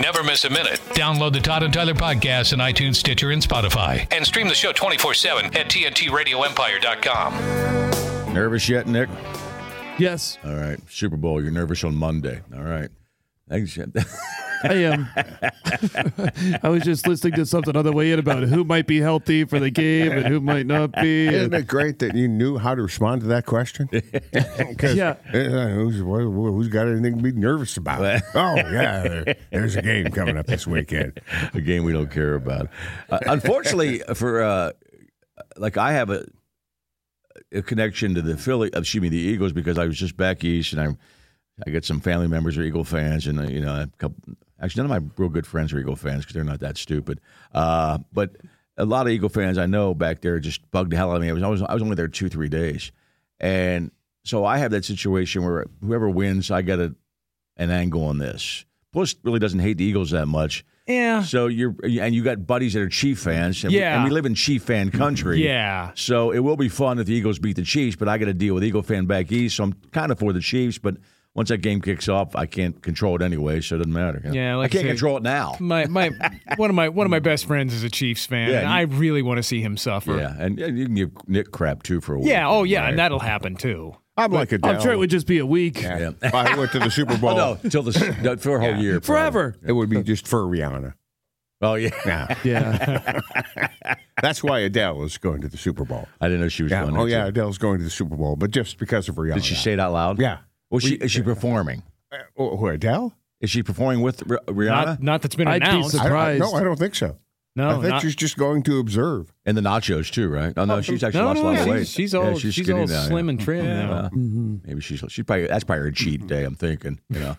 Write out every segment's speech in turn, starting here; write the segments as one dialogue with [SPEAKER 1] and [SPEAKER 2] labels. [SPEAKER 1] Never miss a minute.
[SPEAKER 2] Download the Todd and Tyler podcast on iTunes, Stitcher, and Spotify.
[SPEAKER 1] And stream the show 24 7 at TNTRadioEmpire.com.
[SPEAKER 3] Nervous yet, Nick?
[SPEAKER 4] Yes,
[SPEAKER 3] All right. Super Bowl. You're nervous on Monday. All right. Thanks.
[SPEAKER 4] I am. I was just listening to something on the way in about who might be healthy for the game and who might not be.
[SPEAKER 5] Isn't
[SPEAKER 4] And
[SPEAKER 5] it great that you knew how to respond to that question? 'Cause,
[SPEAKER 4] Yeah.
[SPEAKER 5] uh, who's, wha- wha- who's got anything to be nervous about? oh, yeah. there- There's a game coming up this weekend.
[SPEAKER 3] a game we don't care about. Uh, unfortunately, for uh, like I have a, a connection to the Philly, uh, excuse me, the Eagles because I was just back east and I'm I got some family members who are Eagle fans and uh, you know a couple. Actually, none of my real good friends are Eagle fans because they're not that stupid. Uh, but a lot of Eagle fans I know back there just bugged the hell out of me. I was always, I was only there two three days, and so I have that situation where whoever wins, I got a, an angle on this. Plus, really doesn't hate the Eagles that much.
[SPEAKER 4] yeah,
[SPEAKER 3] So you're and you got buddies that are Chief fans, and, we,
[SPEAKER 4] Yeah.
[SPEAKER 3] and we live in Chief fan country.
[SPEAKER 4] yeah.
[SPEAKER 3] So it will be fun if the Eagles beat the Chiefs, but I got to deal with Eagle fan back east, so I'm kind of for the Chiefs. But once that game kicks off, I can't control it anyway, so it doesn't matter.
[SPEAKER 6] Yeah,
[SPEAKER 3] I
[SPEAKER 6] like I
[SPEAKER 3] can't
[SPEAKER 6] said-
[SPEAKER 3] control it now.
[SPEAKER 6] my my one of my one of my best friends is a Chiefs fan,
[SPEAKER 3] Yeah,
[SPEAKER 6] and
[SPEAKER 3] you-
[SPEAKER 6] I really want to see him suffer.
[SPEAKER 3] Yeah, and and you can give Nick crap too for a week.
[SPEAKER 6] Yeah, Oh yeah,
[SPEAKER 3] Right.
[SPEAKER 6] and that'll happen too.
[SPEAKER 5] I'm like a
[SPEAKER 4] I'm
[SPEAKER 5] down.
[SPEAKER 4] sure it would just be a week
[SPEAKER 5] Yeah. If I went to the Super Bowl,
[SPEAKER 3] Oh, no, till the no, for a whole year probably.
[SPEAKER 4] forever.
[SPEAKER 5] it would be just for Rihanna.
[SPEAKER 3] Oh yeah,
[SPEAKER 5] Yeah.
[SPEAKER 4] Yeah,
[SPEAKER 5] That's why Adele is going to the Super Bowl.
[SPEAKER 3] I didn't know she was
[SPEAKER 5] Yeah.
[SPEAKER 3] going.
[SPEAKER 5] Oh,
[SPEAKER 3] there,
[SPEAKER 5] yeah.
[SPEAKER 3] too.
[SPEAKER 5] Adele's going to the Super Bowl, but just because of Rihanna.
[SPEAKER 3] Did she say it out loud?
[SPEAKER 5] Yeah.
[SPEAKER 3] Well, she is she performing?
[SPEAKER 5] Uh, who, Adele?
[SPEAKER 3] Is she performing with R- Rihanna
[SPEAKER 6] Not, not that's been
[SPEAKER 4] I'd be
[SPEAKER 6] announced.
[SPEAKER 4] surprised.
[SPEAKER 5] I don't- I- no, I don't think so.
[SPEAKER 6] no,
[SPEAKER 5] I think
[SPEAKER 6] not-
[SPEAKER 5] she's just going to observe.
[SPEAKER 3] and the nachos too? Right? Oh no, she's actually
[SPEAKER 6] no,
[SPEAKER 3] lost
[SPEAKER 6] no,
[SPEAKER 3] a lot of
[SPEAKER 6] she's,
[SPEAKER 3] weight.
[SPEAKER 6] She's
[SPEAKER 3] Yeah,
[SPEAKER 6] all
[SPEAKER 3] she's
[SPEAKER 6] she's,
[SPEAKER 3] skinny
[SPEAKER 6] all
[SPEAKER 3] now, yeah.
[SPEAKER 6] slim and trim. now.
[SPEAKER 3] Uh, Maybe she's she's probably that's probably her cheat day. I'm thinking, you know,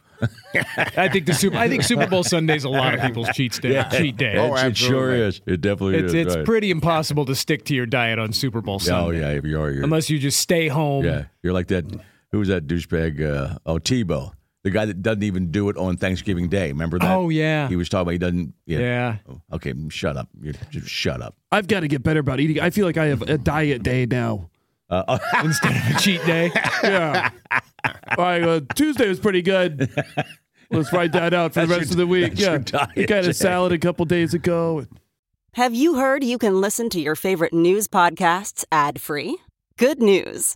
[SPEAKER 6] I think the Super I think Super Bowl Sunday's a lot of people's cheat day. Cheat day.
[SPEAKER 5] Oh,
[SPEAKER 3] It's- it sure
[SPEAKER 5] absolutely.
[SPEAKER 3] is. It definitely
[SPEAKER 6] it's
[SPEAKER 3] is.
[SPEAKER 6] it's
[SPEAKER 3] right.
[SPEAKER 6] pretty impossible to stick to your diet on Super Bowl
[SPEAKER 3] Oh
[SPEAKER 6] Sunday.
[SPEAKER 3] yeah, if you are. You're,
[SPEAKER 6] Unless you just stay home.
[SPEAKER 3] yeah, you're like that. Who was that douchebag? Uh, oh, Tebow, the guy that doesn't even do it on Thanksgiving Day. Remember that?
[SPEAKER 6] Oh, yeah.
[SPEAKER 3] He was talking about he doesn't. Yeah.
[SPEAKER 6] Yeah.
[SPEAKER 3] Oh, Okay, shut up. You just shut up.
[SPEAKER 4] I've got to get better about eating. I feel like I have a diet day now.
[SPEAKER 6] Instead of a cheat day.
[SPEAKER 4] Yeah. Like, uh, Tuesday was pretty good. Let's write that out for the
[SPEAKER 3] That's
[SPEAKER 4] rest
[SPEAKER 3] your-
[SPEAKER 4] of the week.
[SPEAKER 3] that's your
[SPEAKER 4] Yeah,
[SPEAKER 3] diet
[SPEAKER 4] we got
[SPEAKER 3] day.
[SPEAKER 4] a salad a couple days ago.
[SPEAKER 7] Have you heard you can listen to your favorite news podcasts ad free? Good news!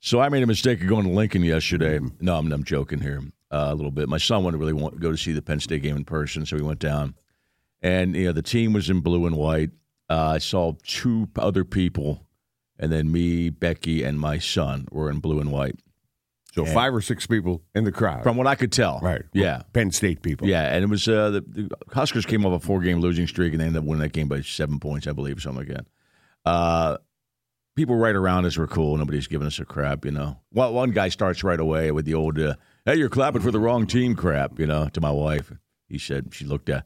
[SPEAKER 3] So I made a mistake of going to Lincoln yesterday. No, I'm, I'm joking here uh, a little bit. My son wanted to really want go to see the Penn State game in person, so we went down. And you know the team was in blue and white. Uh, I saw two other people and then me, Becky, and my son were in blue and white.
[SPEAKER 5] So five or six people in the crowd.
[SPEAKER 3] From what I could tell,
[SPEAKER 5] Right.
[SPEAKER 3] Yeah,
[SPEAKER 5] Penn State people.
[SPEAKER 3] yeah, and it was uh, the, the Huskers came off a four-game losing streak and they ended up winning that game by seven points, I believe, something like that. Uh, people right around us were cool. Nobody's giving us a crap, you know. Well, one guy starts right away with the old, uh, "Hey, you're clapping for the wrong team," crap, you know, to my wife. He said she looked at.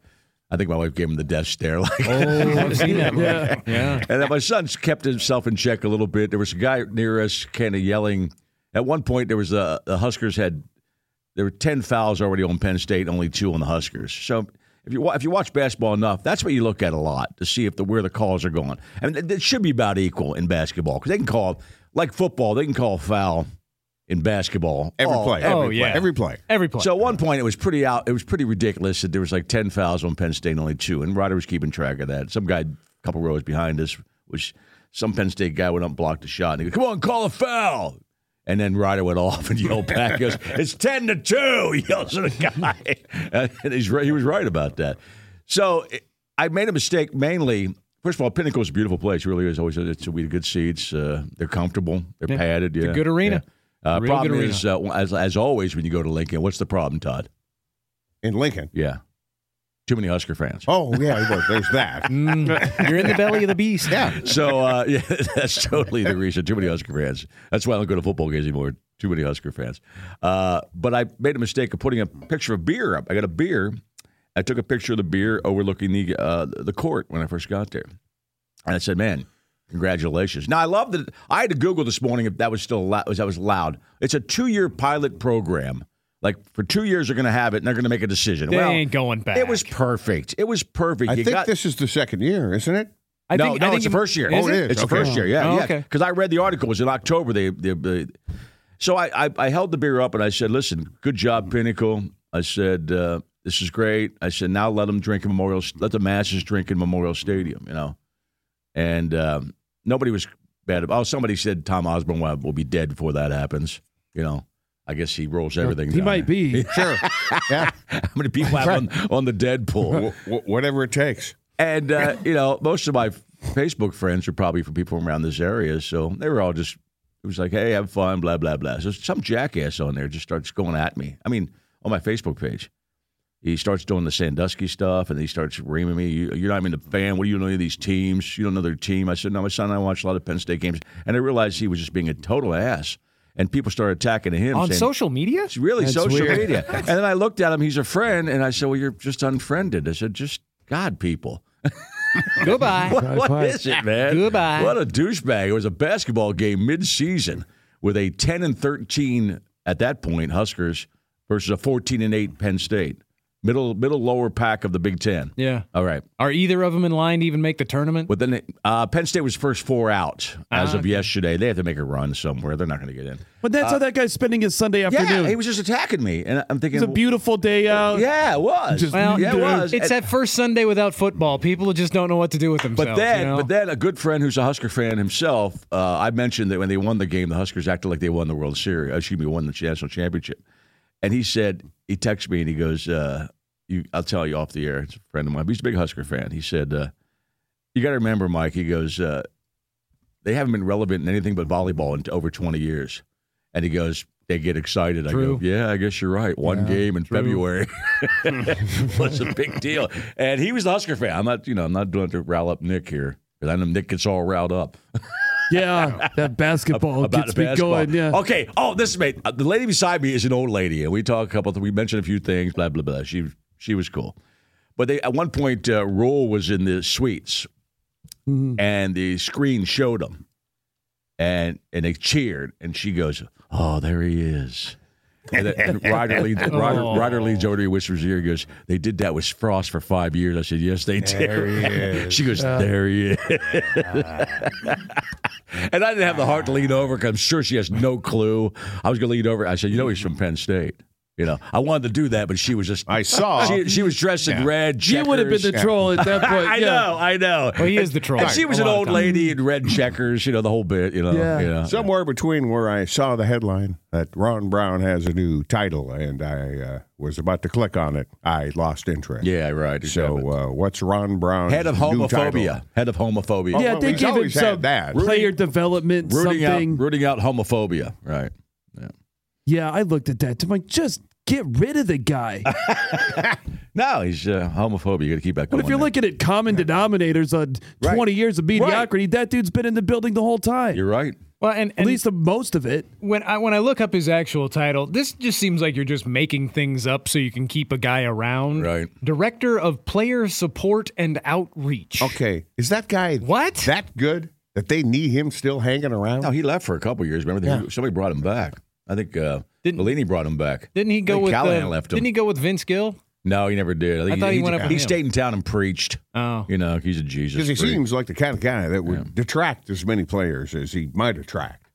[SPEAKER 3] I think my wife gave him the death stare, like,
[SPEAKER 6] Oh, I've seen that.
[SPEAKER 4] Yeah.
[SPEAKER 6] yeah.
[SPEAKER 3] and then my son's kept himself in check a little bit. There was a guy near us kind of yelling. At one point, there was a, the Huskers had there were ten fouls already on Penn State, only two on the Huskers. So if you wa- if you watch basketball enough, that's what you look at a lot to see if the where the calls are going. I mean, it- it should be about equal in basketball because they can call like football, they can call a foul in basketball
[SPEAKER 5] Every
[SPEAKER 3] all-
[SPEAKER 5] play.
[SPEAKER 6] Oh,
[SPEAKER 5] every
[SPEAKER 6] yeah.
[SPEAKER 5] Play, every play.
[SPEAKER 6] Every play.
[SPEAKER 3] so at one point, it was pretty out. It was pretty ridiculous that there was like ten fouls on Penn State, and only two, and Ryder was keeping track of that. Some guy, a couple rows behind us, was some Penn State guy went up and blocked a shot, and he goes, "Come on, call a foul." And then Ryder went off and yelled back. He goes, "It's ten to two!" He yells at the guy, and he's right, he was right about that. So it, I made a mistake mainly. First of all, Pinnacle's a beautiful place. It really is. Always, it's we have good seats. Uh, they're comfortable. They're padded. Yeah,
[SPEAKER 6] a good arena.
[SPEAKER 3] yeah. Uh,
[SPEAKER 6] Real good
[SPEAKER 3] problem
[SPEAKER 6] arena.
[SPEAKER 3] is, uh, as as always, when you go to Lincoln, what's the problem, Todd?
[SPEAKER 5] In Lincoln.
[SPEAKER 3] Yeah. Too many Husker fans.
[SPEAKER 5] Oh, yeah. Look, there's that.
[SPEAKER 6] Mm, you're in the belly of the beast. Yeah.
[SPEAKER 3] So, uh, yeah, that's totally the reason. Too many Husker fans. That's why I don't go to football games anymore. Too many Husker fans. Uh, but I made a mistake of putting a picture of beer up. I got a beer. I took a picture of the beer overlooking the uh, the court when I first got there. And I said, man, congratulations. Now, I love that. I had to Google this morning if that was still allowed. That was loud. It's a two year pilot program. Like, for two years, they're going to have it and they're going to make a decision.
[SPEAKER 6] They
[SPEAKER 3] well,
[SPEAKER 6] ain't going back.
[SPEAKER 3] It was perfect. It was perfect.
[SPEAKER 5] I
[SPEAKER 3] You
[SPEAKER 5] think
[SPEAKER 3] got-
[SPEAKER 5] this is the second year, isn't it?
[SPEAKER 6] I
[SPEAKER 3] no,
[SPEAKER 6] think,
[SPEAKER 3] no,
[SPEAKER 6] I think
[SPEAKER 3] it's the first year.
[SPEAKER 6] Is
[SPEAKER 5] Oh, it is.
[SPEAKER 3] It's
[SPEAKER 5] Okay.
[SPEAKER 3] the first year. Yeah,
[SPEAKER 6] Oh,
[SPEAKER 3] yeah.
[SPEAKER 6] okay.
[SPEAKER 3] Because I read the article. It was in October. They, they, they so I, I, I held the beer up and I said, "Listen, good job, Pinnacle." I said, uh, "This is great." I said, "Now let them drink in Memorial. Let the masses drink in Memorial Stadium." You know, and um, nobody was bad. about- Oh, somebody said Tom Osborne will will be dead before that happens. You know. I guess he rolls everything.
[SPEAKER 4] He
[SPEAKER 3] down.
[SPEAKER 4] might be.
[SPEAKER 5] Sure. yeah.
[SPEAKER 3] How many people have on, on the Deadpool?
[SPEAKER 5] Wh- wh- whatever it takes.
[SPEAKER 3] And uh, you know, most of my Facebook friends are probably from people from around this area, so they were all just it was like, "Hey, have fun," blah blah blah. So some jackass on there just starts going at me. I mean, on my Facebook page, he starts doing the Sandusky stuff, and he starts reaming me. You, you're not even a fan. What do you know of these teams? You don't know their team. I said, "No, my son and I watch a lot of Penn State games," and I realized he was just being a total ass. And people started attacking him
[SPEAKER 6] on
[SPEAKER 3] saying,
[SPEAKER 6] social media?
[SPEAKER 3] it's really
[SPEAKER 4] That's
[SPEAKER 3] social
[SPEAKER 4] weird.
[SPEAKER 3] media. And then I looked at him. He's a friend, and I said, "Well, you're just unfriended." I said, "Just God, people,
[SPEAKER 6] Goodbye.
[SPEAKER 3] what, what is it, man?
[SPEAKER 6] Goodbye.
[SPEAKER 3] What a douchebag! It was a basketball game mid-season with a 10 and 13 at that point Huskers versus a 14 and 8 Penn State, middle middle lower pack of the Big Ten.
[SPEAKER 6] Yeah.
[SPEAKER 3] All right.
[SPEAKER 6] Are either of them in line to even make the tournament?
[SPEAKER 3] But then they- uh, Penn State was first four out as
[SPEAKER 6] Ah,
[SPEAKER 3] of yesterday. They have to make a run somewhere. They're not going to get in.
[SPEAKER 4] But that's how that guy's spending his Sunday afternoon.
[SPEAKER 3] Uh, Yeah, he was just attacking me, and I'm thinking,
[SPEAKER 4] it's a beautiful day out.
[SPEAKER 3] yeah, it was.
[SPEAKER 4] Just-
[SPEAKER 6] Well,
[SPEAKER 3] yeah, it was.
[SPEAKER 6] It's
[SPEAKER 3] And-
[SPEAKER 6] that first Sunday without football. People just don't know what to do with themselves.
[SPEAKER 3] But then,
[SPEAKER 6] you know?
[SPEAKER 3] but then, a good friend who's a Husker fan himself, uh, I mentioned that when they won the game, the Huskers acted like they won the World Series. Excuse me, won the national championship. And he said he texted me and he goes, uh, you, "I'll tell you off the air." It's a friend of mine. He's a big Husker fan. He said, uh, "You got to remember, Mike." He goes, uh, "They haven't been relevant in anything but volleyball in over 20 years." And he goes, "They get excited." I
[SPEAKER 6] True.
[SPEAKER 3] go, "Yeah, I guess you're right. One game in February." was a big deal. And he was the Husker fan. I'm not, you know, I'm not doing it to rile up Nick here because I know Nick gets all riled up
[SPEAKER 4] Yeah, that basketball
[SPEAKER 3] about
[SPEAKER 4] Oh, gets
[SPEAKER 3] the
[SPEAKER 4] me
[SPEAKER 3] basketball.
[SPEAKER 4] going. Yeah.
[SPEAKER 3] Okay. Oh, this is mate. uh, The lady beside me is an old lady, and we talk a couple. Th- we mentioned a few things. Blah blah blah. She she was cool, but they at one point uh, Roll was in the suites,
[SPEAKER 4] Mm-hmm.
[SPEAKER 3] and the screen showed him, and and they cheered, and she goes, "Oh, there he is." and, then- and Ryder, leans, Ryder,
[SPEAKER 4] Oh.
[SPEAKER 3] Ryder leans over to me, whispers in her ear, goes, "They did that with Frost for five years." I said, "Yes, they did." She goes, "There he is." And I didn't have the heart to lean over because I'm sure she has no clue. I was going to lean over. I said, You know, he's from Penn State. You know, I wanted to do that, but she was just. I
[SPEAKER 5] saw.
[SPEAKER 3] She, she was dressed in
[SPEAKER 5] Yeah.
[SPEAKER 3] red.
[SPEAKER 4] You would have been the
[SPEAKER 3] checkers.
[SPEAKER 4] troll at that point,
[SPEAKER 3] I
[SPEAKER 4] yeah.
[SPEAKER 3] know. I know.
[SPEAKER 6] Well, he is the
[SPEAKER 3] And-
[SPEAKER 6] troll.
[SPEAKER 3] And she was
[SPEAKER 6] A
[SPEAKER 3] an
[SPEAKER 6] lot of
[SPEAKER 3] old
[SPEAKER 6] times.
[SPEAKER 3] lady in red checkers. You know the whole bit. You know.
[SPEAKER 4] Yeah.
[SPEAKER 3] You know.
[SPEAKER 5] Somewhere between where I saw the headline that Ron Brown has a new title and I uh, was about to click on it, I lost interest.
[SPEAKER 3] yeah. Right.
[SPEAKER 5] So,
[SPEAKER 3] exactly.
[SPEAKER 5] uh, what's Ron Brown?
[SPEAKER 3] head of homophobia. Head of homophobia.
[SPEAKER 4] yeah,
[SPEAKER 5] well,
[SPEAKER 4] they
[SPEAKER 5] he's
[SPEAKER 4] gave him
[SPEAKER 5] always had
[SPEAKER 4] some
[SPEAKER 5] that.
[SPEAKER 4] player
[SPEAKER 3] Rooting-
[SPEAKER 4] development
[SPEAKER 3] Rooting
[SPEAKER 4] something.
[SPEAKER 3] out. Rooting out homophobia. Right.
[SPEAKER 4] Yeah, I looked at that. I'm like, just get rid of the guy.
[SPEAKER 3] No, he's uh, homophobia. You got to keep that.
[SPEAKER 4] But
[SPEAKER 3] going
[SPEAKER 4] if you're
[SPEAKER 3] there.
[SPEAKER 4] looking at common denominators on 20 years of mediocrity, that dude's been in the building the whole time.
[SPEAKER 3] you're right.
[SPEAKER 6] Well, and,
[SPEAKER 4] at
[SPEAKER 6] and
[SPEAKER 4] least the most of it.
[SPEAKER 6] when I when I look up his actual title, this just seems like you're just making things up so you can keep a guy around.
[SPEAKER 3] Right.
[SPEAKER 6] Director of Player Support and Outreach.
[SPEAKER 5] Okay. Is that guy
[SPEAKER 6] What?
[SPEAKER 5] that good that they need him still hanging around?
[SPEAKER 3] No, he left for a couple years. Remember, They- somebody brought him back. I think uh,
[SPEAKER 6] Didn't-
[SPEAKER 3] Bellini brought him back.
[SPEAKER 6] Didn't he
[SPEAKER 3] I
[SPEAKER 6] go
[SPEAKER 3] think
[SPEAKER 6] with
[SPEAKER 3] Callahan
[SPEAKER 6] uh,
[SPEAKER 3] left him.
[SPEAKER 6] Didn't he go with Vince Gill?
[SPEAKER 3] No, he never did. I, think
[SPEAKER 6] thought he went up on
[SPEAKER 3] He
[SPEAKER 6] him.
[SPEAKER 3] stayed in town and preached.
[SPEAKER 6] Oh.
[SPEAKER 3] You know, he's a Jesus.
[SPEAKER 5] Because he
[SPEAKER 3] freak.
[SPEAKER 5] seems like the kind of guy that would detract as many players as he might attract.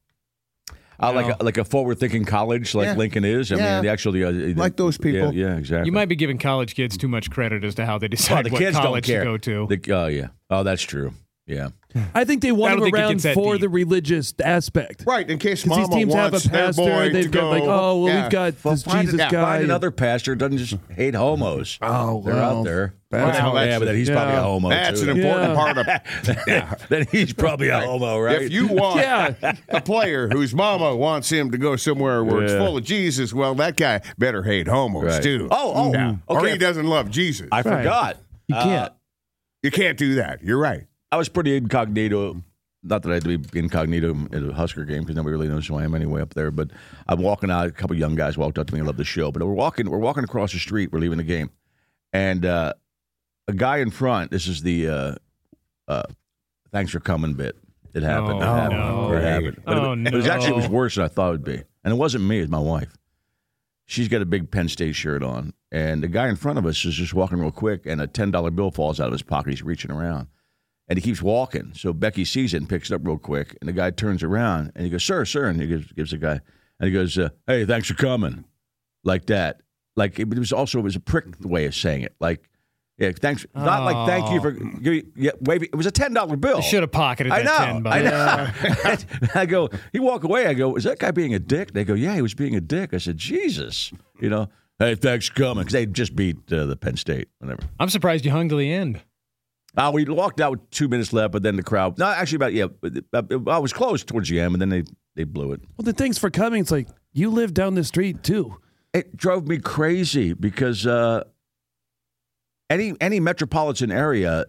[SPEAKER 3] Uh, like a, like a forward thinking college like
[SPEAKER 5] Yeah.
[SPEAKER 3] Lincoln is. I
[SPEAKER 5] Yeah.
[SPEAKER 3] mean, the actual the, uh, the-
[SPEAKER 5] Like those people.
[SPEAKER 3] Yeah, yeah, exactly.
[SPEAKER 6] You might be giving college kids too much credit as to how they
[SPEAKER 3] Oh,
[SPEAKER 6] decide
[SPEAKER 3] the
[SPEAKER 6] what
[SPEAKER 3] kids don't
[SPEAKER 6] college
[SPEAKER 3] care.
[SPEAKER 6] to go to.
[SPEAKER 3] The- oh yeah. Oh, that's true. Yeah.
[SPEAKER 4] I think they want
[SPEAKER 6] I don't
[SPEAKER 4] him
[SPEAKER 6] think it
[SPEAKER 4] around
[SPEAKER 6] gets that
[SPEAKER 4] for
[SPEAKER 6] deep.
[SPEAKER 4] the religious aspect.
[SPEAKER 5] Right, in case
[SPEAKER 4] 'Cause
[SPEAKER 5] mama
[SPEAKER 4] these teams have a
[SPEAKER 5] wants their
[SPEAKER 4] pastor.
[SPEAKER 5] boy
[SPEAKER 4] They've
[SPEAKER 5] to
[SPEAKER 4] got
[SPEAKER 5] go.
[SPEAKER 4] like, oh, well,
[SPEAKER 5] Yeah.
[SPEAKER 4] we've got this
[SPEAKER 5] find
[SPEAKER 4] Jesus
[SPEAKER 5] it- yeah,
[SPEAKER 4] guy.
[SPEAKER 3] Find another pastor who doesn't just hate homos.
[SPEAKER 4] Oh,
[SPEAKER 3] they're
[SPEAKER 4] well,
[SPEAKER 3] out there.
[SPEAKER 5] that's-
[SPEAKER 3] Well,
[SPEAKER 5] that's-
[SPEAKER 3] yeah, but then he's probably a
[SPEAKER 4] yeah.
[SPEAKER 3] homo.
[SPEAKER 5] That's
[SPEAKER 3] too.
[SPEAKER 5] an important
[SPEAKER 4] Yeah.
[SPEAKER 5] part of
[SPEAKER 3] then he's probably a homo, right?
[SPEAKER 5] If you want
[SPEAKER 4] Yeah.
[SPEAKER 5] a player whose mama wants him to go somewhere where it's
[SPEAKER 3] Yeah.
[SPEAKER 5] full of Jesus, well, that guy better hate homos
[SPEAKER 3] Right.
[SPEAKER 5] too.
[SPEAKER 3] Oh, oh,
[SPEAKER 5] Yeah. or
[SPEAKER 3] okay.
[SPEAKER 5] he doesn't love Jesus.
[SPEAKER 3] I forgot. Uh,
[SPEAKER 4] You can't.
[SPEAKER 5] you can't do that. You're right.
[SPEAKER 3] I was pretty incognito. Not that I had to be incognito at a Husker game because nobody really knows who I am anyway up there. But I'm walking out. A couple young guys walked up to me. I love the show. But we're walking. We're walking across the street. We're leaving the game, and uh, a guy in front. This is the uh, uh, thanks for coming bit. It happened. it
[SPEAKER 6] Oh,
[SPEAKER 3] happened.
[SPEAKER 6] no.
[SPEAKER 3] It happened. But
[SPEAKER 6] Oh,
[SPEAKER 3] it, it was actually it was
[SPEAKER 6] no.
[SPEAKER 3] worse than I thought it would be. And it wasn't me. It was my wife. She's got a big Penn State shirt on, and the guy in front of us is just walking real quick, and a ten dollar bill falls out of his pocket. He's reaching around and he keeps walking. So Becky sees it and picks it up real quick. And the guy turns around and he goes, "Sir, sir," and he gives, gives the guy, and he goes, uh, "Hey, thanks for coming," like that. Like it, but it was also it was a prick way of saying it. Like, yeah, thanks. Not like thank you for you, yeah, waving. It was a ten dollar bill.
[SPEAKER 6] Oh. They should have pocketed that
[SPEAKER 3] I know.
[SPEAKER 6] 10 bucks.
[SPEAKER 3] I know. I go. He walk away. I go. Is that guy being a dick? They go. Yeah, he was being a dick. I said, Jesus. You know. Hey, thanks for coming. Because they just beat uh, the Penn State. Whatever.
[SPEAKER 6] I'm surprised you hung to the end.
[SPEAKER 3] Uh, we walked out with two minutes left, but then the crowd. No, actually, about yeah, uh, I was close towards the end, and then they they blew it.
[SPEAKER 4] Well, the thanks for coming. It's like, you live down the street too.
[SPEAKER 3] It drove me crazy because uh, any any metropolitan area,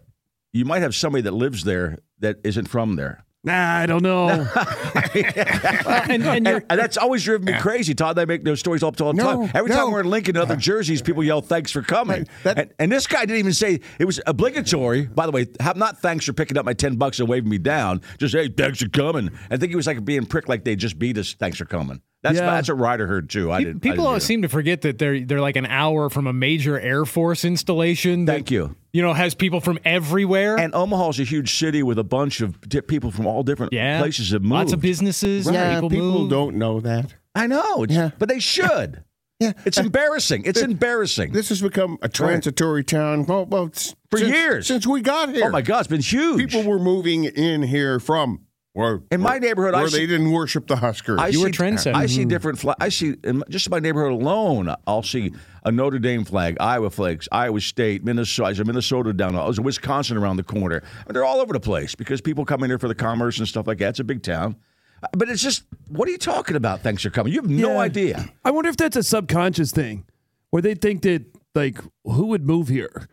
[SPEAKER 3] you might have somebody that lives there that isn't from there.
[SPEAKER 4] Nah, I don't know.
[SPEAKER 6] and, and you're,
[SPEAKER 3] And, and that's always driven me crazy, Todd. They make those stories up all the
[SPEAKER 5] No,
[SPEAKER 3] time. Every
[SPEAKER 5] no.
[SPEAKER 3] time we're in Lincoln, other jerseys, people yell "Thanks for coming,"
[SPEAKER 5] That-
[SPEAKER 3] and, and this guy didn't even say it was obligatory. By the way, have not thanks for picking up my ten bucks and waving me down. Just hey, thanks for coming. I think he was like being pricked, like they just beat us. Thanks for coming. That's
[SPEAKER 4] Yeah.
[SPEAKER 3] that's a rider heard too. I
[SPEAKER 6] pe-
[SPEAKER 3] didn't. I
[SPEAKER 6] people
[SPEAKER 3] didn't
[SPEAKER 6] always
[SPEAKER 3] hear
[SPEAKER 6] seem to forget that they're they're like an hour from a major Air Force installation.
[SPEAKER 3] that.
[SPEAKER 6] That,
[SPEAKER 3] Thank you.
[SPEAKER 6] You know, has people from everywhere.
[SPEAKER 3] And Omaha's a huge city with a bunch of di- people from all different
[SPEAKER 6] yeah,
[SPEAKER 3] places that move.
[SPEAKER 6] Lots of businesses.
[SPEAKER 5] Yeah,
[SPEAKER 6] people,
[SPEAKER 5] people
[SPEAKER 6] move.
[SPEAKER 5] don't know that.
[SPEAKER 3] I know, it's-
[SPEAKER 5] Yeah.
[SPEAKER 3] but they should.
[SPEAKER 5] Yeah.
[SPEAKER 3] It's embarrassing. It's embarrassing.
[SPEAKER 5] This has become a transitory town well, well, s-
[SPEAKER 3] For
[SPEAKER 5] since-
[SPEAKER 3] years.
[SPEAKER 5] Since we got here.
[SPEAKER 3] oh my God, it's been huge.
[SPEAKER 5] People were moving in here from where,
[SPEAKER 3] In my neighborhood, I
[SPEAKER 5] where
[SPEAKER 3] see-
[SPEAKER 5] they didn't worship the Huskers.
[SPEAKER 3] I
[SPEAKER 6] You were
[SPEAKER 3] see-
[SPEAKER 6] trendsetter.
[SPEAKER 3] I see
[SPEAKER 6] Mhm.
[SPEAKER 3] different flags. I see in my- just in my neighborhood alone. I'll see a Notre Dame flag, Iowa flags, Iowa State, Minnesota. There's a Minnesota down. There's a Wisconsin around the corner. And they're all over the place because people come in here for the commerce and stuff like that. It's a big town. Uh, But it's just, what are you talking about? Thanks for coming. You have no
[SPEAKER 4] Yeah.
[SPEAKER 3] idea.
[SPEAKER 4] I wonder if that's a subconscious thing where they think that, like, who would move here?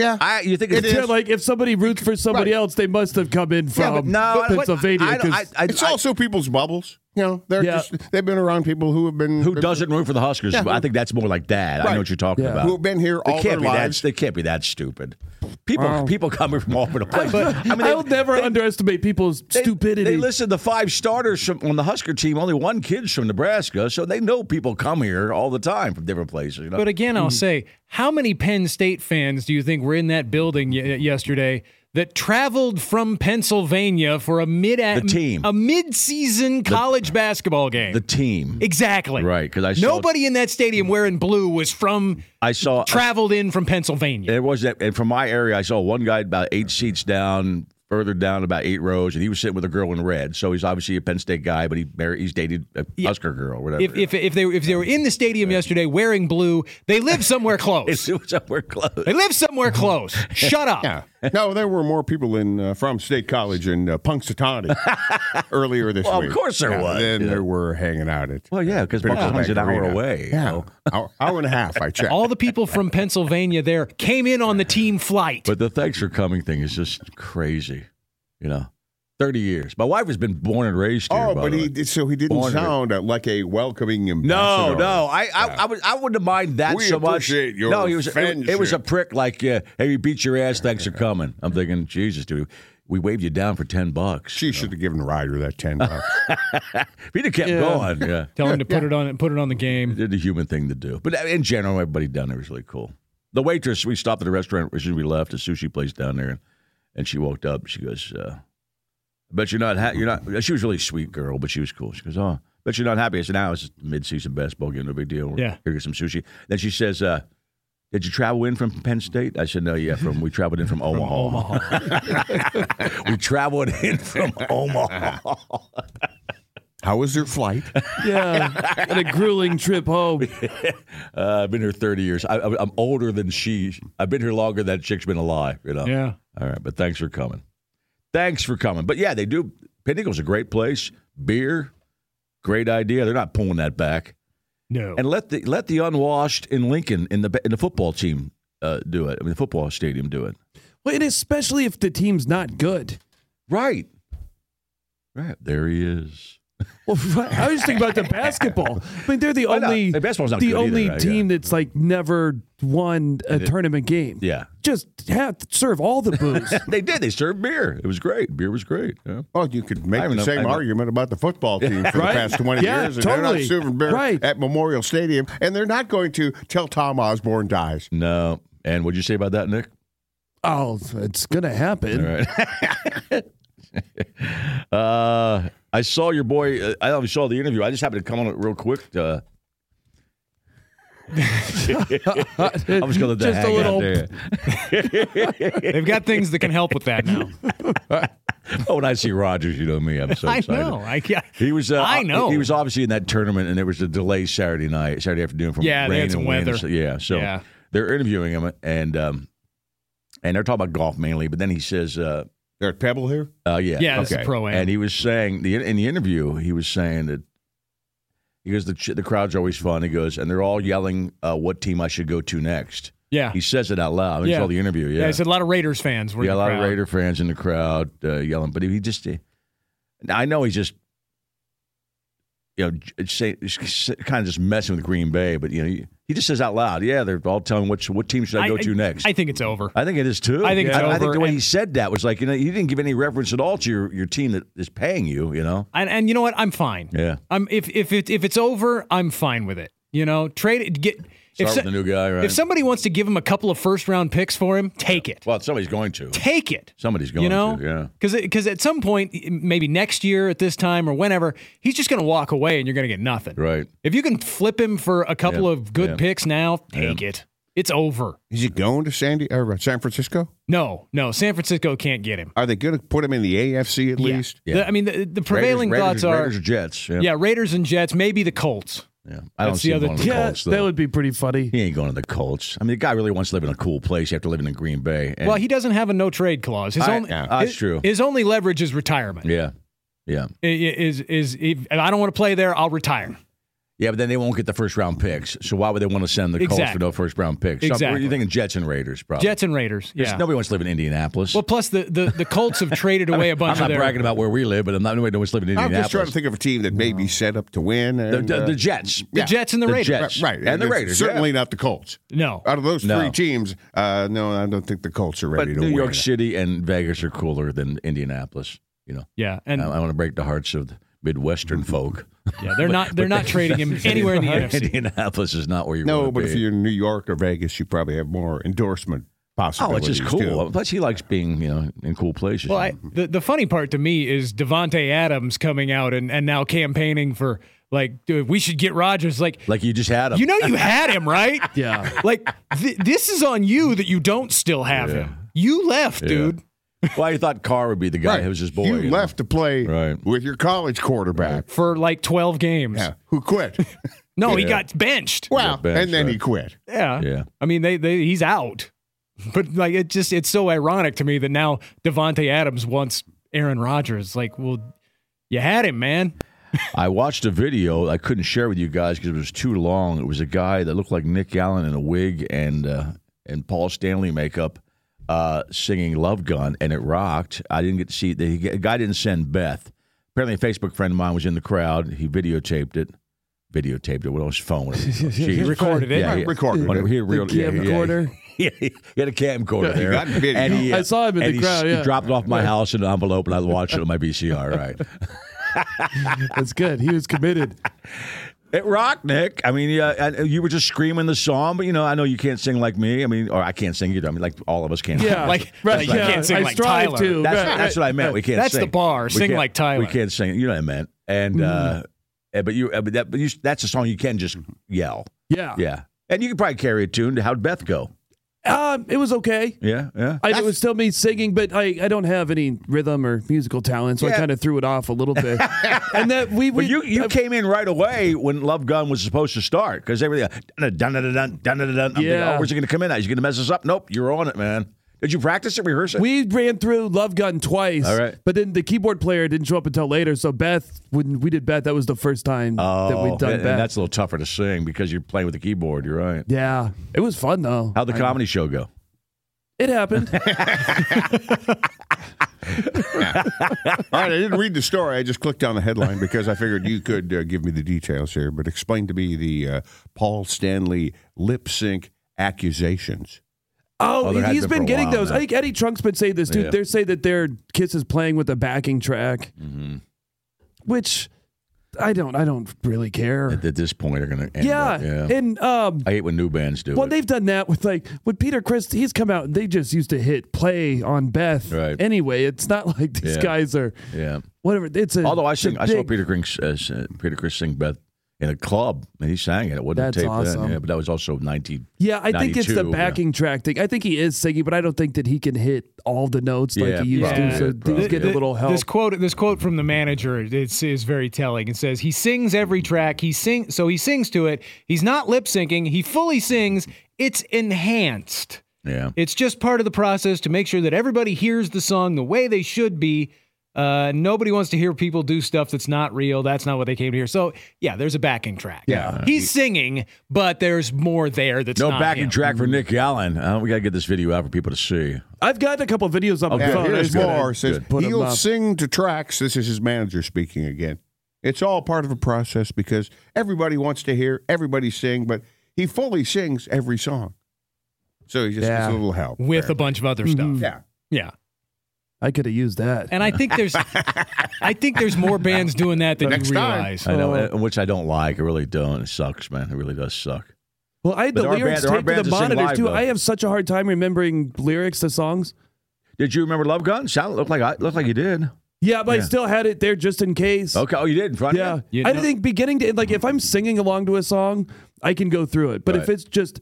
[SPEAKER 5] yeah.
[SPEAKER 3] I, you think it's
[SPEAKER 4] Yeah, like if somebody roots for somebody else, they must have come in from
[SPEAKER 5] Yeah, but
[SPEAKER 3] no, I- what-
[SPEAKER 4] Pennsylvania.
[SPEAKER 3] I don't-
[SPEAKER 4] 'cause-
[SPEAKER 3] I-
[SPEAKER 5] it's
[SPEAKER 3] I-
[SPEAKER 5] also people's bubbles. You know, they're
[SPEAKER 4] Yeah.
[SPEAKER 5] just they've been around people who have been
[SPEAKER 3] who doesn't root for the Huskers?
[SPEAKER 5] Yeah.
[SPEAKER 3] I think that's more like that. I
[SPEAKER 5] Right.
[SPEAKER 3] know what you're talking
[SPEAKER 4] Yeah.
[SPEAKER 3] about.
[SPEAKER 5] who have been here
[SPEAKER 3] They
[SPEAKER 5] all their
[SPEAKER 3] can't be
[SPEAKER 5] lives.
[SPEAKER 3] that. They can't be that stupid. People, people coming from all over the place.
[SPEAKER 4] I will never underestimate people's
[SPEAKER 3] They-
[SPEAKER 4] stupidity.
[SPEAKER 3] They listed the five starters from, on the Husker team. Only one kid's from Nebraska, so they know people come here all the time from different places.
[SPEAKER 5] uh,
[SPEAKER 3] You know?
[SPEAKER 5] mm.
[SPEAKER 6] But again, I'll say, how many Penn State fans do you think were in that building y- yesterday that traveled from Pennsylvania for a mid
[SPEAKER 3] The team.
[SPEAKER 6] a mid-season college basketball game.
[SPEAKER 3] The team.
[SPEAKER 6] exactly.
[SPEAKER 3] Right, 'cause I saw-
[SPEAKER 6] Nobody in that stadium wearing blue was from
[SPEAKER 3] I saw uh,
[SPEAKER 6] traveled in from Pennsylvania.
[SPEAKER 3] It was that, and from my area, I saw one guy about eight seats down, further down about eight rows, and he was sitting with a girl in red. So he's obviously a Penn State guy, but he married, he's dated a Husker girl, whatever.
[SPEAKER 6] If, if, if they if they were in the stadium yesterday wearing blue, they live somewhere
[SPEAKER 3] it's,
[SPEAKER 6] close.
[SPEAKER 3] it's somewhere close.
[SPEAKER 6] They live somewhere close. Shut up.
[SPEAKER 5] Yeah. No, there were more people in uh, from State College in uh, Punxsutawney earlier this
[SPEAKER 3] Well, of
[SPEAKER 5] week.
[SPEAKER 3] course there
[SPEAKER 5] yeah,
[SPEAKER 3] was.
[SPEAKER 5] Then
[SPEAKER 3] Yeah.
[SPEAKER 5] there were hanging out at.
[SPEAKER 3] Well, yeah, 'cause
[SPEAKER 5] Pinnacle
[SPEAKER 3] Punxsutawney's
[SPEAKER 5] Bank
[SPEAKER 3] an hour
[SPEAKER 5] Arena.
[SPEAKER 3] away,
[SPEAKER 5] Yeah,
[SPEAKER 3] so.
[SPEAKER 5] hour, hour and a half. I checked.
[SPEAKER 6] All the people from Pennsylvania there came in on the team flight.
[SPEAKER 3] But the thanks for coming thing is just crazy, you know. Thirty years. My wife has been born and raised here. by
[SPEAKER 5] oh, but
[SPEAKER 3] the way.
[SPEAKER 5] he did, so he didn't
[SPEAKER 3] Born here.
[SPEAKER 5] sound uh, like a welcoming
[SPEAKER 3] No,
[SPEAKER 5] ambassador.
[SPEAKER 3] no, I, I, I, would, I wouldn't mind that
[SPEAKER 5] We
[SPEAKER 3] so much.
[SPEAKER 5] appreciate your
[SPEAKER 3] no, he was, it, it was a
[SPEAKER 5] friendship.
[SPEAKER 3] prick like, uh, "Hey, you beat your ass. Thanks for coming." I'm thinking, Jesus, dude, we waved you down for ten bucks.
[SPEAKER 5] She should have given Ryder that ten bucks.
[SPEAKER 3] We'd have kept
[SPEAKER 4] Yeah.
[SPEAKER 3] going. Yeah,
[SPEAKER 6] Tell him to put it on put it on the game.
[SPEAKER 3] did the human thing to do. But in general, everybody down there was really cool. The waitress, we stopped at a restaurant as soon as we left, a sushi place down there, and, and she walked up. She goes, uh, "I bet you're not. Ha- you're not." She was a really sweet girl, but she was cool. She goes, "Oh, bet you're not happy." I said, "Now it's mid-season basketball game, no big deal.
[SPEAKER 6] Yeah.
[SPEAKER 3] here get some sushi." Then she says, uh, "Did you travel in from Penn State?" I said, "No, yeah, from we traveled in from Omaha. we traveled in from Omaha."
[SPEAKER 5] How was your flight?
[SPEAKER 4] Yeah, and a grueling trip home.
[SPEAKER 3] Uh, I've been here 30 years. I, I- I'm older than she. I've been here longer than that chick's been alive. You know.
[SPEAKER 6] Yeah.
[SPEAKER 3] All right, but thanks for coming. Thanks for coming. But yeah, they do. Pinnacle's a great place. Beer, great idea. They're not pulling that back.
[SPEAKER 6] No.
[SPEAKER 3] And let the let the unwashed in Lincoln in the in the football team uh, do it. I mean, the football stadium do it.
[SPEAKER 4] Well, and especially if the team's not good.
[SPEAKER 3] Right. Right there he is.
[SPEAKER 4] Well, right, I was just thinking about the basketball. I mean, they're the
[SPEAKER 3] Why not?
[SPEAKER 4] only
[SPEAKER 3] The basketball's not
[SPEAKER 4] the
[SPEAKER 3] good either,
[SPEAKER 4] only
[SPEAKER 3] right?
[SPEAKER 4] team
[SPEAKER 3] Yeah.
[SPEAKER 4] that's like never won a tournament game.
[SPEAKER 3] Yeah.
[SPEAKER 4] just have serve all the booze.
[SPEAKER 3] They did. They served beer. It was great. Beer was great. Yeah.
[SPEAKER 5] Oh, you could
[SPEAKER 3] I
[SPEAKER 5] make
[SPEAKER 3] don't
[SPEAKER 5] the
[SPEAKER 3] know. I
[SPEAKER 5] same
[SPEAKER 3] don't-
[SPEAKER 5] argument about the football team for
[SPEAKER 4] Right?
[SPEAKER 5] the past 20
[SPEAKER 4] Yeah,
[SPEAKER 5] years. And
[SPEAKER 4] totally.
[SPEAKER 5] They're not serving beer
[SPEAKER 4] Right.
[SPEAKER 5] at Memorial Stadium, and they're not going to till Tom Osborne dies.
[SPEAKER 3] No. And what'd you say about that, Nick?
[SPEAKER 4] oh, it's gonna happen.
[SPEAKER 3] All right. uh, I saw your boy. Uh, I obviously saw the interview. I just happened to come on it real quick. Uh, I was going to
[SPEAKER 4] Just a little-
[SPEAKER 6] They've got things that can help with that now.
[SPEAKER 3] Oh, when I see Rogers, you know me. I'm so
[SPEAKER 6] I
[SPEAKER 3] excited.
[SPEAKER 6] know. I, yeah.
[SPEAKER 3] He was. Uh,
[SPEAKER 6] I know.
[SPEAKER 3] He was obviously in that tournament, and there was a delay Saturday night, Saturday afternoon from
[SPEAKER 6] Yeah, they
[SPEAKER 3] rain
[SPEAKER 6] had some
[SPEAKER 3] and wind.
[SPEAKER 6] weather.
[SPEAKER 3] So- yeah, so
[SPEAKER 6] Yeah.
[SPEAKER 3] they're interviewing him, and um, and they're talking about golf mainly. But then he says, uh,
[SPEAKER 5] They're at Pebble here?
[SPEAKER 3] Uh, yeah.
[SPEAKER 6] Yeah, this is pro-am.
[SPEAKER 3] And he was saying the in the interview, he was saying that he goes the ch- the crowd's always fun. He goes, and they're all yelling uh, what team I should go to next.
[SPEAKER 6] yeah.
[SPEAKER 3] He says it out loud. It's
[SPEAKER 6] Yeah.
[SPEAKER 3] all the interview. Yeah,
[SPEAKER 6] Yeah, I said a lot of Raiders fans were
[SPEAKER 3] yeah, a
[SPEAKER 6] in the
[SPEAKER 3] lot
[SPEAKER 6] crowd.
[SPEAKER 3] of Raider fans in the crowd uh, yelling, but he just. he- I know he's just. You know, j- say, kind of just messing with Green Bay, but you know, he- he just says out loud, "Yeah, they're all telling which what team should I go to next."
[SPEAKER 6] I think it's over.
[SPEAKER 3] I think it is too.
[SPEAKER 6] I think it's
[SPEAKER 3] I, I think
[SPEAKER 6] over,
[SPEAKER 3] the way
[SPEAKER 6] and-
[SPEAKER 3] he said that was like, you know, you didn't give any reference at all to your, your team that is paying you, you know?
[SPEAKER 6] and, and you know what? I'm fine.
[SPEAKER 3] Yeah.
[SPEAKER 6] I'm if if it, if it's over, I'm fine with it. You know, trade it. Get
[SPEAKER 3] Start
[SPEAKER 6] if,
[SPEAKER 3] with the new guy, right?
[SPEAKER 6] if somebody wants to give him a couple of first round picks for him, take it.
[SPEAKER 3] well, somebody's going to.
[SPEAKER 6] take it.
[SPEAKER 3] Somebody's going
[SPEAKER 6] You know,
[SPEAKER 3] to, yeah.
[SPEAKER 6] because at some point, maybe next year at this time or whenever, he's just going to walk away and you're going to get nothing.
[SPEAKER 3] Right.
[SPEAKER 6] If you can flip him for a couple
[SPEAKER 3] Yeah,
[SPEAKER 6] of good
[SPEAKER 3] yeah.
[SPEAKER 6] picks now, take it. It's over.
[SPEAKER 5] Is he going to Sandy or uh, San Francisco?
[SPEAKER 6] No, no, San Francisco can't get him.
[SPEAKER 5] Are they going to put him in the AFC at
[SPEAKER 6] Yeah.
[SPEAKER 5] least?
[SPEAKER 6] The- I mean, the, the prevailing
[SPEAKER 3] Raiders,
[SPEAKER 6] thoughts
[SPEAKER 3] Raiders,
[SPEAKER 6] are
[SPEAKER 3] Raiders or Jets. Yeah.
[SPEAKER 6] yeah, Raiders and Jets, maybe the Colts.
[SPEAKER 3] yeah. I don't
[SPEAKER 6] That's
[SPEAKER 3] see him
[SPEAKER 6] the other-
[SPEAKER 3] going to the
[SPEAKER 4] Yeah,
[SPEAKER 3] Colts, though.
[SPEAKER 4] that would be pretty funny.
[SPEAKER 3] he ain't going to the Colts. I mean, the guy really wants to live in a cool place after living in Green Bay. and-
[SPEAKER 6] well, he doesn't have a no trade clause. His
[SPEAKER 3] I-
[SPEAKER 6] only
[SPEAKER 3] yeah, that's
[SPEAKER 6] his-
[SPEAKER 3] true.
[SPEAKER 6] His only leverage is retirement.
[SPEAKER 3] Yeah. Yeah.
[SPEAKER 6] I- i- Is is if I don't want to play there, I'll retire.
[SPEAKER 3] Yeah, but then they won't get the first round picks. So why would they want to send the Colts for
[SPEAKER 6] Exactly.
[SPEAKER 3] no first round picks? So I'm-
[SPEAKER 6] Exactly.
[SPEAKER 3] You're thinking Jets and Raiders, probably.
[SPEAKER 6] Jets and Raiders. Yeah.
[SPEAKER 3] Nobody wants to live in Indianapolis.
[SPEAKER 6] well, plus the, the, the Colts have traded away a bunch
[SPEAKER 3] I'm not
[SPEAKER 6] of their
[SPEAKER 3] bragging about where we live, but I'm not nobody wants to live in
[SPEAKER 5] I'm
[SPEAKER 3] Indianapolis.
[SPEAKER 5] just trying to think of a team that may be set up to win.
[SPEAKER 3] The,
[SPEAKER 5] And,
[SPEAKER 3] the,
[SPEAKER 5] uh,
[SPEAKER 3] the Jets.
[SPEAKER 6] the Jets and the,
[SPEAKER 3] The
[SPEAKER 6] Raiders.
[SPEAKER 3] Jets.
[SPEAKER 5] Right, right.
[SPEAKER 3] And the
[SPEAKER 5] it's
[SPEAKER 3] Raiders,
[SPEAKER 5] Certainly
[SPEAKER 3] yeah.
[SPEAKER 5] not the Colts.
[SPEAKER 6] No.
[SPEAKER 5] Out of those
[SPEAKER 3] No.
[SPEAKER 5] three teams, uh, no, I don't think the Colts are
[SPEAKER 3] But
[SPEAKER 5] ready to
[SPEAKER 3] New
[SPEAKER 5] win.
[SPEAKER 3] York City and Vegas are cooler than Indianapolis. You know,
[SPEAKER 6] Yeah, and
[SPEAKER 3] I, want to break the hearts of the Midwestern folk.
[SPEAKER 6] yeah, they're not they're not trading him anywhere in the NFC.
[SPEAKER 3] Indianapolis is not where you
[SPEAKER 5] No,
[SPEAKER 3] want
[SPEAKER 5] but
[SPEAKER 3] to
[SPEAKER 5] if
[SPEAKER 3] be.
[SPEAKER 5] you're in New York or Vegas, you probably have more endorsement
[SPEAKER 3] Oh,
[SPEAKER 5] possibilities.
[SPEAKER 3] it's just cool.
[SPEAKER 5] too.
[SPEAKER 3] Plus, he likes being you know in cool places.
[SPEAKER 6] Well, I, the the funny part to me is Devonte Adams coming out and, and now campaigning for like, dude, we should get Rodgers. Like,
[SPEAKER 3] like you just had him.
[SPEAKER 6] you know, you had him, right?
[SPEAKER 4] Yeah.
[SPEAKER 6] Like, th- this is on you that you don't still have him. You left,
[SPEAKER 3] Yeah.
[SPEAKER 6] dude.
[SPEAKER 3] well, you thought Carr would be the guy
[SPEAKER 5] Right.
[SPEAKER 3] who's his boy.
[SPEAKER 5] You,
[SPEAKER 3] you know?
[SPEAKER 5] left to play
[SPEAKER 3] Right.
[SPEAKER 5] with your college quarterback.
[SPEAKER 6] For like 12 games.
[SPEAKER 5] Yeah, who quit?
[SPEAKER 6] No, he got benched.
[SPEAKER 5] well,
[SPEAKER 3] benched,
[SPEAKER 5] and then he
[SPEAKER 3] right.
[SPEAKER 5] quit.
[SPEAKER 6] Yeah.
[SPEAKER 3] Yeah.
[SPEAKER 6] I mean, they, they he's out. But like it just it's so ironic to me that now Devonte Adams wants Aaron Rodgers. Like, well, you had him, man.
[SPEAKER 3] I watched a video I couldn't share with you guys because it was too long. It was a guy that looked like Nick Allen in a wig and uh, and Paul Stanley makeup, uh, singing "Love Gun," and it rocked. I didn't get to see the the guy didn't send Beth. Apparently, a Facebook friend of mine was in the crowd. He videotaped it. Videotaped it with his phone. he
[SPEAKER 6] recorded it.
[SPEAKER 3] Yeah, he,
[SPEAKER 5] Recorded it.
[SPEAKER 3] He, had real-
[SPEAKER 4] The
[SPEAKER 3] yeah, yeah,
[SPEAKER 4] camcorder.
[SPEAKER 3] Yeah, he had a camcorder there.
[SPEAKER 5] got video.
[SPEAKER 3] And
[SPEAKER 4] I saw him in
[SPEAKER 3] and
[SPEAKER 4] the
[SPEAKER 3] he,
[SPEAKER 4] crowd,
[SPEAKER 3] He
[SPEAKER 4] yeah.
[SPEAKER 3] dropped it off my house in an envelope, and I watched it on my VCR. Right.
[SPEAKER 4] That's good. He was committed.
[SPEAKER 3] It rocked, Nick. I mean, yeah, and you were just screaming the song, but you know, I know you can't sing like me. I mean, or I can't sing either. I mean, like all of us can't.
[SPEAKER 4] Yeah.
[SPEAKER 3] sing.
[SPEAKER 6] Like-
[SPEAKER 4] right,
[SPEAKER 6] like, you
[SPEAKER 4] yeah.
[SPEAKER 6] can't sing
[SPEAKER 4] I
[SPEAKER 6] like
[SPEAKER 4] strive
[SPEAKER 6] Tyler.
[SPEAKER 4] to.
[SPEAKER 3] that's,
[SPEAKER 4] Right,
[SPEAKER 3] that's
[SPEAKER 4] right.
[SPEAKER 3] what I meant. We can't.
[SPEAKER 6] That's the
[SPEAKER 3] sing.
[SPEAKER 6] bar.
[SPEAKER 3] We
[SPEAKER 6] Sing
[SPEAKER 3] can't-
[SPEAKER 6] like Tyler.
[SPEAKER 3] We can't sing. You know what I meant. And uh, eh, but you, eh, but that, but you, that's a song you can just yell.
[SPEAKER 4] Yeah.
[SPEAKER 3] Yeah, and you can probably carry a tune to How'd Beth Go.
[SPEAKER 4] Um, it was okay.
[SPEAKER 3] Yeah, yeah.
[SPEAKER 4] I, it was still me singing, but I, I don't have any rhythm or musical talent, so I
[SPEAKER 3] Yeah.
[SPEAKER 4] kind of threw it off a little bit. and that we, we
[SPEAKER 3] But you you
[SPEAKER 4] uh,
[SPEAKER 3] came in right away when Love Gun was supposed to start because everything dun dun dun dun dun dun dun. dun. I'm thinking,
[SPEAKER 4] Yeah.
[SPEAKER 3] oh, where's he going to come in? at? He's going to mess us up. Nope, you're on it, man. Did you practice it, rehearse it?
[SPEAKER 4] we ran through Love Gun twice.
[SPEAKER 3] All right.
[SPEAKER 4] But then the keyboard player didn't show up until later. So Beth, when we did Beth, that was the first time that we'd done
[SPEAKER 3] Oh, and,
[SPEAKER 4] Beth.
[SPEAKER 3] and that's a little tougher to sing because you're playing with the keyboard. You're right.
[SPEAKER 4] yeah, it was fun though.
[SPEAKER 3] How'd the comedy show go?
[SPEAKER 4] It happened.
[SPEAKER 5] All right, I didn't read the story. I just clicked on the headline because I figured you could uh, give me the details here. But explain to me the uh, Paul Stanley lip sync accusations.
[SPEAKER 4] Oh,
[SPEAKER 3] Oh, there has
[SPEAKER 4] he's
[SPEAKER 3] been for
[SPEAKER 4] been
[SPEAKER 3] a
[SPEAKER 4] getting
[SPEAKER 3] while
[SPEAKER 4] those.
[SPEAKER 3] now.
[SPEAKER 4] I think Eddie Trunk's been saying this too.
[SPEAKER 3] Yeah.
[SPEAKER 4] They say that their Kiss is playing with a backing track,
[SPEAKER 3] Mm-hmm.
[SPEAKER 4] which I don't. I don't really care.
[SPEAKER 3] At, at this point, they're gonna. End
[SPEAKER 4] Yeah.
[SPEAKER 3] up- yeah.
[SPEAKER 4] and um,
[SPEAKER 3] I hate when new bands do
[SPEAKER 4] well,
[SPEAKER 3] it.
[SPEAKER 4] they've done that with like with Peter Chris. He's come out. and They just used to hit play on Beth.
[SPEAKER 3] Right.
[SPEAKER 4] Anyway, it's not like these
[SPEAKER 3] Yeah.
[SPEAKER 4] guys are
[SPEAKER 3] yeah.
[SPEAKER 4] whatever. It's a,
[SPEAKER 3] Although I
[SPEAKER 4] it's a
[SPEAKER 3] sing, I saw
[SPEAKER 4] big-
[SPEAKER 3] Peter Chris, uh, s- uh, Peter Chris sing Beth in a club, and he sang it. It wasn't
[SPEAKER 4] That's
[SPEAKER 3] taped
[SPEAKER 4] awesome.
[SPEAKER 3] then, yeah, but that was also 19.
[SPEAKER 4] Yeah, I think it's the
[SPEAKER 3] 92, yeah.
[SPEAKER 4] backing track thing. I think he is singing, but I don't think that he can hit all the notes like
[SPEAKER 3] Yeah,
[SPEAKER 4] he used
[SPEAKER 3] probably,
[SPEAKER 4] to. So
[SPEAKER 3] probably.
[SPEAKER 4] he's getting a little help.
[SPEAKER 6] This quote, this quote from the manager, it's, is very telling. It says he sings every track. He sing, so he sings to it. He's not lip syncing. He fully sings. It's enhanced.
[SPEAKER 3] Yeah,
[SPEAKER 6] It's just part of the process to make sure that everybody hears the song the way they should be. Uh, nobody wants to hear people do stuff that's not real. That's not what they came to hear. So yeah, there's a backing track.
[SPEAKER 5] Yeah.
[SPEAKER 6] he's singing, but there's more there that's
[SPEAKER 3] no
[SPEAKER 6] not
[SPEAKER 3] backing
[SPEAKER 6] him.
[SPEAKER 3] track for
[SPEAKER 4] Mm-hmm.
[SPEAKER 3] Nick Allen. Uh, we gotta get this video out for people to see.
[SPEAKER 4] I've got a couple of videos on my
[SPEAKER 3] Oh,
[SPEAKER 5] Yeah,
[SPEAKER 4] phone. I
[SPEAKER 5] here's
[SPEAKER 4] just gotta
[SPEAKER 5] more. Says,
[SPEAKER 4] put 'em
[SPEAKER 5] he'll
[SPEAKER 4] up.
[SPEAKER 5] sing to tracks. This is his manager speaking again. It's all part of a process because everybody wants to hear everybody sing, but he fully sings every song. So he just
[SPEAKER 4] Yeah.
[SPEAKER 5] gets a little help
[SPEAKER 6] with a
[SPEAKER 5] there.
[SPEAKER 6] bunch of other stuff.
[SPEAKER 5] yeah.
[SPEAKER 6] yeah.
[SPEAKER 4] I could have used that.
[SPEAKER 6] And I think there's, I think there's more bands doing that than
[SPEAKER 5] Next
[SPEAKER 6] you
[SPEAKER 5] time.
[SPEAKER 6] realize.
[SPEAKER 3] I know, uh, which I don't like. I really don't. It sucks, man. It really does suck.
[SPEAKER 4] well, I had
[SPEAKER 3] But
[SPEAKER 4] the
[SPEAKER 3] there are
[SPEAKER 4] lyrics
[SPEAKER 3] band- there are
[SPEAKER 4] taped to the
[SPEAKER 3] bands that sing
[SPEAKER 4] monitor
[SPEAKER 3] live,
[SPEAKER 4] too.
[SPEAKER 3] though.
[SPEAKER 4] I have such a hard time remembering lyrics to songs.
[SPEAKER 3] Did you remember Love Gun? Sound looked like I looked like you did.
[SPEAKER 4] Yeah, but I
[SPEAKER 3] Yeah.
[SPEAKER 4] still had it there just in case.
[SPEAKER 3] Okay, oh, you did in front of
[SPEAKER 4] Yeah,
[SPEAKER 3] you?
[SPEAKER 6] You
[SPEAKER 4] I
[SPEAKER 6] know-
[SPEAKER 4] think beginning to like if I'm singing along to a song, I can go through it. But if
[SPEAKER 3] Right.
[SPEAKER 4] it's just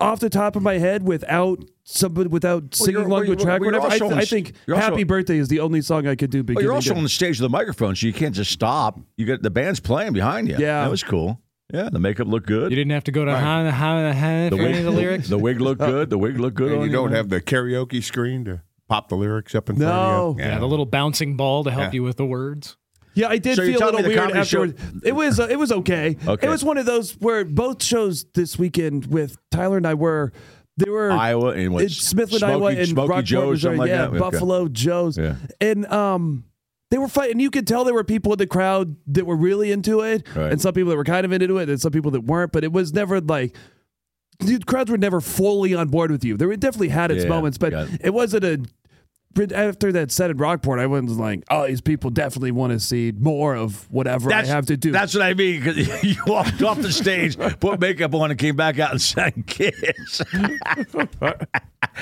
[SPEAKER 4] off the top of my head without somebody without singing
[SPEAKER 3] you're- well,
[SPEAKER 4] along to a
[SPEAKER 3] you're-
[SPEAKER 4] track,
[SPEAKER 3] well, you're
[SPEAKER 4] whatever, I,
[SPEAKER 3] also
[SPEAKER 4] th-
[SPEAKER 3] on
[SPEAKER 4] I
[SPEAKER 3] s-
[SPEAKER 4] think
[SPEAKER 3] you're also-
[SPEAKER 4] "Happy Birthday" is the only song I could do.
[SPEAKER 3] But
[SPEAKER 4] Beginning
[SPEAKER 3] you're also
[SPEAKER 4] to-
[SPEAKER 3] on the stage with a microphone, so you can't just stop. You got the band's playing behind you.
[SPEAKER 4] Yeah.
[SPEAKER 3] that was cool. Yeah, the makeup looked good.
[SPEAKER 6] You didn't have to go to how how how for any of the lyrics.
[SPEAKER 3] the wig looked good. The wig looked good.
[SPEAKER 5] And
[SPEAKER 3] on
[SPEAKER 5] you don't
[SPEAKER 3] man.
[SPEAKER 5] have the karaoke screen to pop the lyrics up in
[SPEAKER 4] No.
[SPEAKER 5] front of you.
[SPEAKER 6] yeah, the little bouncing ball to help you with the words.
[SPEAKER 4] Yeah, I did
[SPEAKER 3] So you're
[SPEAKER 4] feel a
[SPEAKER 3] telling
[SPEAKER 4] little
[SPEAKER 3] me the
[SPEAKER 4] weird
[SPEAKER 3] comedy show-
[SPEAKER 4] afterwards. It was uh, it was okay.
[SPEAKER 3] Okay.
[SPEAKER 4] It was one of those where both shows this weekend with Tyler and I were they were
[SPEAKER 3] Iowa and what?
[SPEAKER 4] it's Smithland,
[SPEAKER 3] Smokey,
[SPEAKER 4] Iowa, and
[SPEAKER 3] Smokey
[SPEAKER 4] Rockport,
[SPEAKER 3] Joe or
[SPEAKER 4] Missouri.
[SPEAKER 3] something like
[SPEAKER 4] yeah,
[SPEAKER 3] that. Okay.
[SPEAKER 4] Buffalo Joe's,
[SPEAKER 3] Yeah.
[SPEAKER 4] and um, they were fighting. You could tell there were people in the crowd that were really into it,
[SPEAKER 3] Right.
[SPEAKER 4] and some people that were kind of into it, and some people that weren't. But it was never like. The crowds were never fully on board with you. There were- definitely had its
[SPEAKER 3] Yeah,
[SPEAKER 4] moments, but
[SPEAKER 3] got it.
[SPEAKER 4] it wasn't a but after that set at Rockport, I was like, oh, these people definitely want to see more of whatever
[SPEAKER 3] That's-
[SPEAKER 4] I have to do.
[SPEAKER 3] That's what I mean. 'cause you walked off the stage, put makeup on, and came back out and sang "Kiss."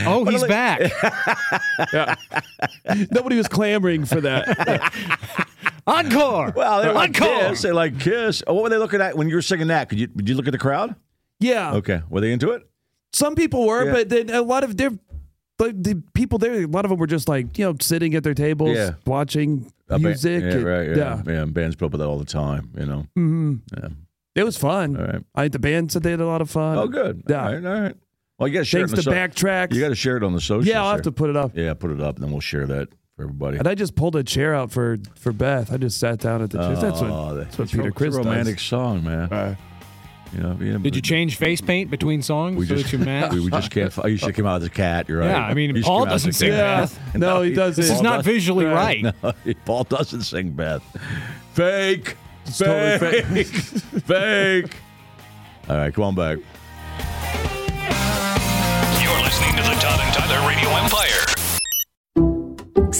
[SPEAKER 6] Oh, he's
[SPEAKER 3] like-
[SPEAKER 6] back.
[SPEAKER 4] Nobody was clamoring for that.
[SPEAKER 6] Encore.
[SPEAKER 3] Well, they like
[SPEAKER 6] Encore.
[SPEAKER 3] Kiss. They like Kiss. Oh, what were they looking at when you were singing that? Could you did you look at the crowd?
[SPEAKER 4] yeah.
[SPEAKER 3] Okay, were they into it?
[SPEAKER 4] Some people were,
[SPEAKER 3] Yeah.
[SPEAKER 4] but then a lot of diff- like the people there, a lot of them were just like, you know, sitting at their tables,
[SPEAKER 3] Yeah.
[SPEAKER 4] watching
[SPEAKER 3] A band-
[SPEAKER 4] music.
[SPEAKER 3] yeah,
[SPEAKER 4] and- Mm.
[SPEAKER 3] right. Yeah, yeah. bands play that all the time. You know.
[SPEAKER 4] It was fun.
[SPEAKER 3] All right.
[SPEAKER 4] I the band said they had a lot of fun.
[SPEAKER 3] Oh, good.
[SPEAKER 4] Yeah.
[SPEAKER 3] All right. All right. Well, you got to share
[SPEAKER 4] Thanks
[SPEAKER 3] it.
[SPEAKER 4] to
[SPEAKER 3] on the so-
[SPEAKER 4] backtracks.
[SPEAKER 3] You got to share it on the social.
[SPEAKER 4] yeah, I'll have to put it up.
[SPEAKER 3] Yeah, put it up, and then we'll share that for everybody.
[SPEAKER 4] And I just pulled a chair out for for Beth. I just sat down at the chair. that's what that's what
[SPEAKER 3] it's a-
[SPEAKER 4] Peter
[SPEAKER 3] it's
[SPEAKER 4] Chris
[SPEAKER 3] a
[SPEAKER 4] does.
[SPEAKER 3] Oh, romantic song, man. you know, you know,
[SPEAKER 6] Did you change face paint between songs
[SPEAKER 3] We
[SPEAKER 6] so
[SPEAKER 3] just,
[SPEAKER 6] that you match?
[SPEAKER 3] we, we just can't. fi- You should come out as a cat. You're right.
[SPEAKER 6] Yeah, I mean,
[SPEAKER 3] You should
[SPEAKER 6] Paul
[SPEAKER 3] come out as
[SPEAKER 6] doesn't
[SPEAKER 3] a
[SPEAKER 6] sing
[SPEAKER 4] Yeah.
[SPEAKER 3] cat.
[SPEAKER 6] Beth.
[SPEAKER 4] No, he doesn't.
[SPEAKER 6] this is not
[SPEAKER 3] Paul
[SPEAKER 6] visually right.
[SPEAKER 3] Paul doesn't sing Beth. Fake.
[SPEAKER 4] totally
[SPEAKER 3] fake. fake. All right, come on back.
[SPEAKER 1] You're listening to the Todd and Tyler Radio Empire.